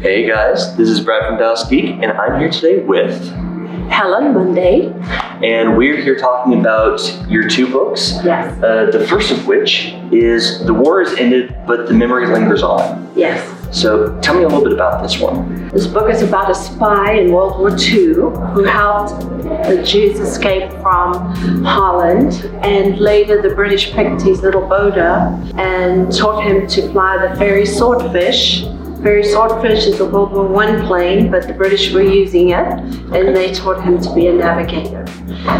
Hey guys, this is Brad from Dallas Geek, and I'm here today with, Helen Monday. and we're here talking about your two books. Yes. Uh, the first of which is The War is Ended, but the Memory Lingers On. Yes. So tell me a little bit about this one. This book is about a spy in World War II who helped the Jews escape from Holland and later the British picked his little boater and taught him to fly the ferry swordfish. Ferry swordfish is a World War One plane, but the British were using it and they taught him to be a navigator.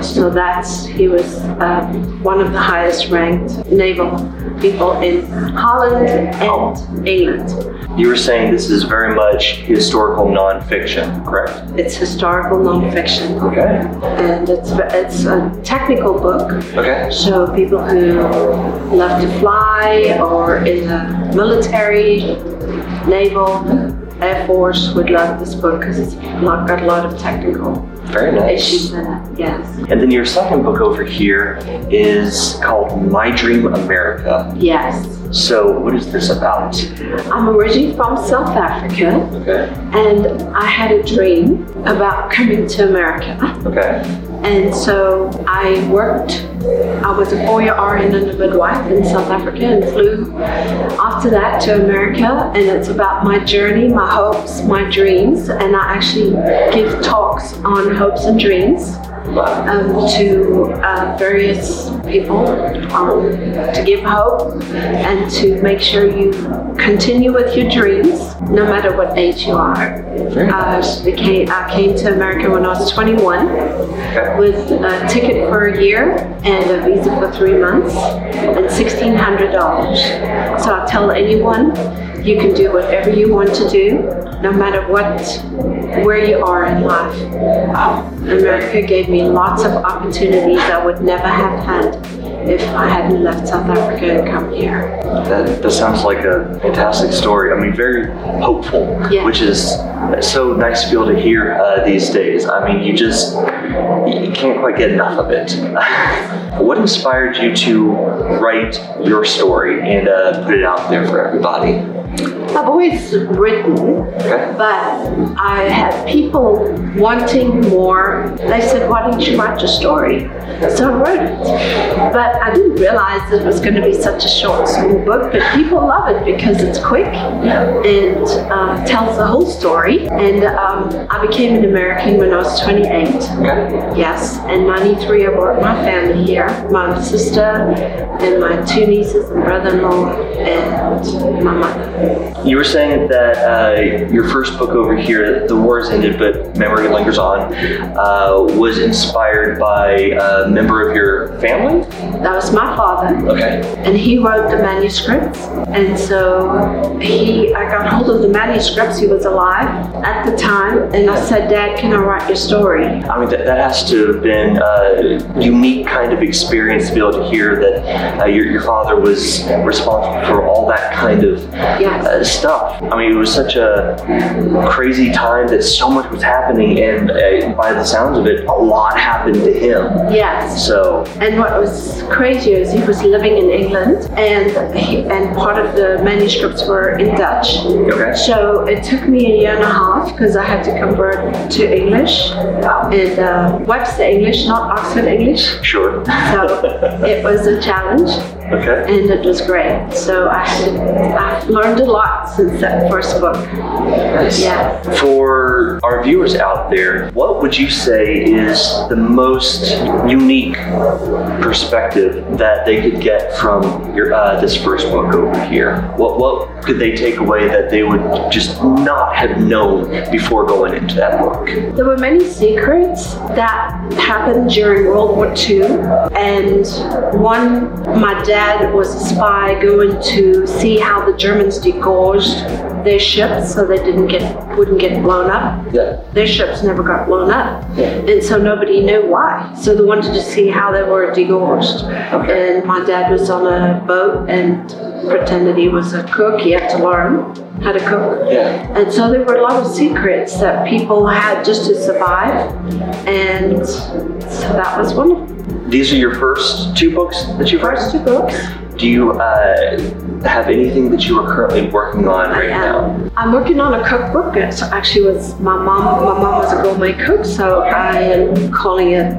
So that's, he was uh, one of the highest ranked naval people in Holland and England. You were saying this is very much historical nonfiction, correct? It's historical nonfiction, Okay. and it's it's a technical book. Okay. So people who love to fly or in the military, naval, air force would love this book because it's not got a lot of technical Very nice. issues in it. Yes, And then your second book over here is called My Dream America. yes. So what is this about? I'm originally from South Africa, Okay. and I had a dream about coming to America. Okay. And so I worked. I was E a four-year RN and a midwife in South Africa and flew after that to America. And it's about my journey, my hopes, my dreams. And I actually give talks on hopes and dreams um, to uh, various people um, to give hope and to make sure you continue with your dreams no matter what age you are. Uh, I came- I came to America when I was 21 Okay. with a ticket for a year and a visa for three months and sixteen hundred dollars. So I tell anyone you can do whatever you want to do, no matter what where you are in life. America gave me lots of opportunities I would never have had if I hadn't left South Africa and come here. That, that sounds like a fantastic story. I mean, very hopeful, Yeah. which is so nice to be able to hear uh, these days. I mean, you just you can't quite get enough of it. what inspired you to write your story and uh, put it out there for everybody? I've always written Okay. but I had people wanting more. They said, Why didn't you write your story? So I wrote it. But I didn't realize it was going to be such a short, small book, but people love it because it's quick and uh, tells the whole story. And um, I became an American when I was 28. Okay. Yes, in 93 I brought my family here, my sister and my two nieces and brother-in-law and my mother. You were saying that uh, your first book over here, The War is Ended but Memory Lingers On, uh, was inspired by a member of your family? That was my father. Okay. and he wrote the manuscripts. And so he, I got hold of the manuscripts. He was alive at the time, and I said, "Dad, can I write your story?" I mean, that, that has to have been a unique kind of experience to be able to hear that uh, your, your father was responsible for all that kind of Yes. uh, stuff. I mean, it was such a crazy time that so much was happening, and uh, by the sounds of it, a lot happened to him. Yes. So, And what was crazy is he was living in England, and he, and part of the manuscripts were in Dutch. okay. So it took me a year and a half because I had to convert to English and uh, Webster English, not Oxford English. Sure. So it was a challenge. Okay. and it was great. So I I've learned a lot since that first book. Nice. Yeah. For our viewers out there, what would you say is the most unique perspective that they could get from your uh, this first book over here? What what could they take away that they would just not have known before going into that book? There were many secrets that happened during World War II, and one, my dad was a spy going to see how the Germans degorged their ships so they didn't get wouldn't get blown up. Yeah. Their ships never got blown up, Yeah. and so nobody knew why. So they wanted to see how they were degorged. Okay. And my dad was on a boat and pretended he was a cook. He had to learn how to cook. Yeah. And so there were a lot of secrets that people had just to survive. And so that was one of These are your first two books that you've the read. first two books. Do you uh, have anything that you are currently working on right now? I'm working on a cookbook. It's actually was my mom. My mom was a gourmet cook, so I am calling it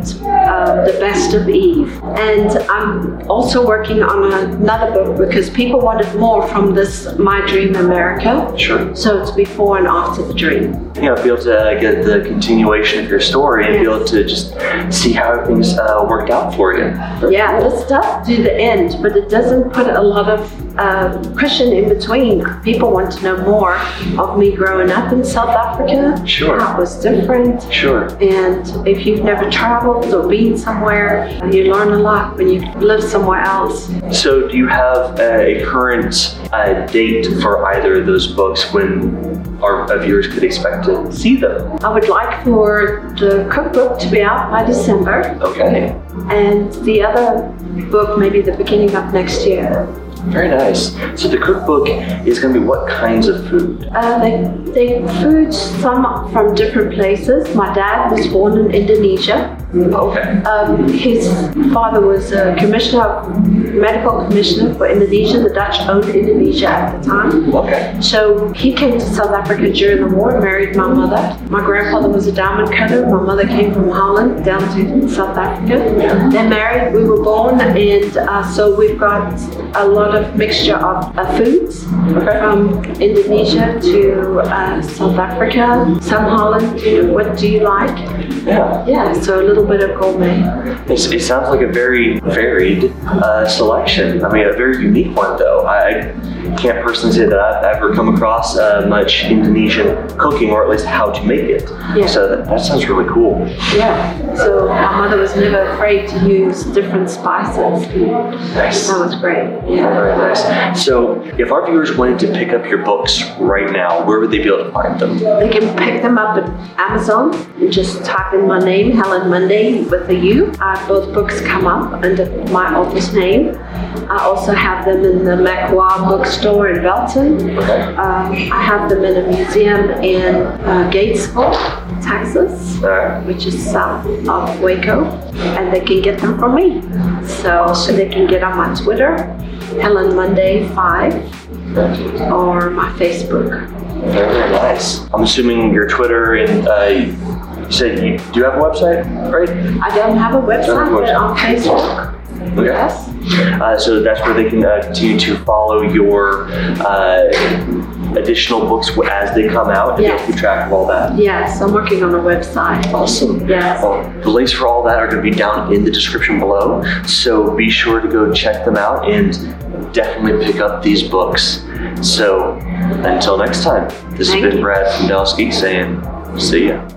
um, the best of Eve. And I'm also working on another book because people wanted more from this My Dream America. Sure. So it's before and after the dream. You know, be able to get the continuation of your story and be able to just see how things uh, worked out for you. Yeah, this does do the end, but it doesn't put a lot of um, cushion in between. People want to know more of me growing up in South Africa. Sure. How it was different. Sure. And if you've never traveled or been somewhere, you learn a lot when you live somewhere else. So, do you have a current uh, date for either of those books when our uh, viewers could expect to see them? I would like for the cookbook to be out by December Okay, and the other book maybe the beginning of next year. very nice. So, the cookbook is going to be what kinds of food? Uh, they, they food some from different places. My dad was born in Indonesia. Okay. Um, his father was a commissioner, medical commissioner for Indonesia. The Dutch owned Indonesia at the time. Okay. So he came to South Africa during the war, married my mother. My grandfather was a diamond cutter. My mother came from Holland down to South Africa. They married, we were born, and uh, so we've got a lot of mixture of uh, foods from Indonesia to uh, South Africa, some Holland. You know, what do you like? Yeah. Yeah, so a little bit of gourmet. It's, it sounds like a very varied uh, selection. I mean, a very unique one, though. I I can't personally say that I've ever come across uh, much Indonesian cooking, or at least how to make it. Yeah. So, that, that sounds really cool. Yeah, so my mother was never afraid to use different spices. Nice. That was great. Yeah, Yeah. Very nice. So, if our viewers wanted to pick up your books right now, where would they be able to find them? They can pick them up at Amazon and just type in my name, Helen Monday, with a U. Uh, both books come up under my author's name. I also have them in the Macquarie bookstore in Belton. Okay. Um, I have them in a museum in uh, Gatesville, Texas, Alright. which is south of Waco, and they can get them from me. So they can get on my Twitter, Helen Monday 5, or my Facebook. Very, very nice. I'm assuming your Twitter and uh, you- you said you do have a website, right? I don't have a website, Don't but have a on Facebook. Okay. Yes. Uh, so that's where they can uh, continue to follow your uh, additional books as they come out and Yes. keep track of all that. Yes, I'm working on a website. Awesome. Yes. Well, the links for all that are going to be down in the description below, so be sure to go check them out and definitely pick up these books. So, until next time, this Thank has been you. Brad from Dallas Geek saying, see ya.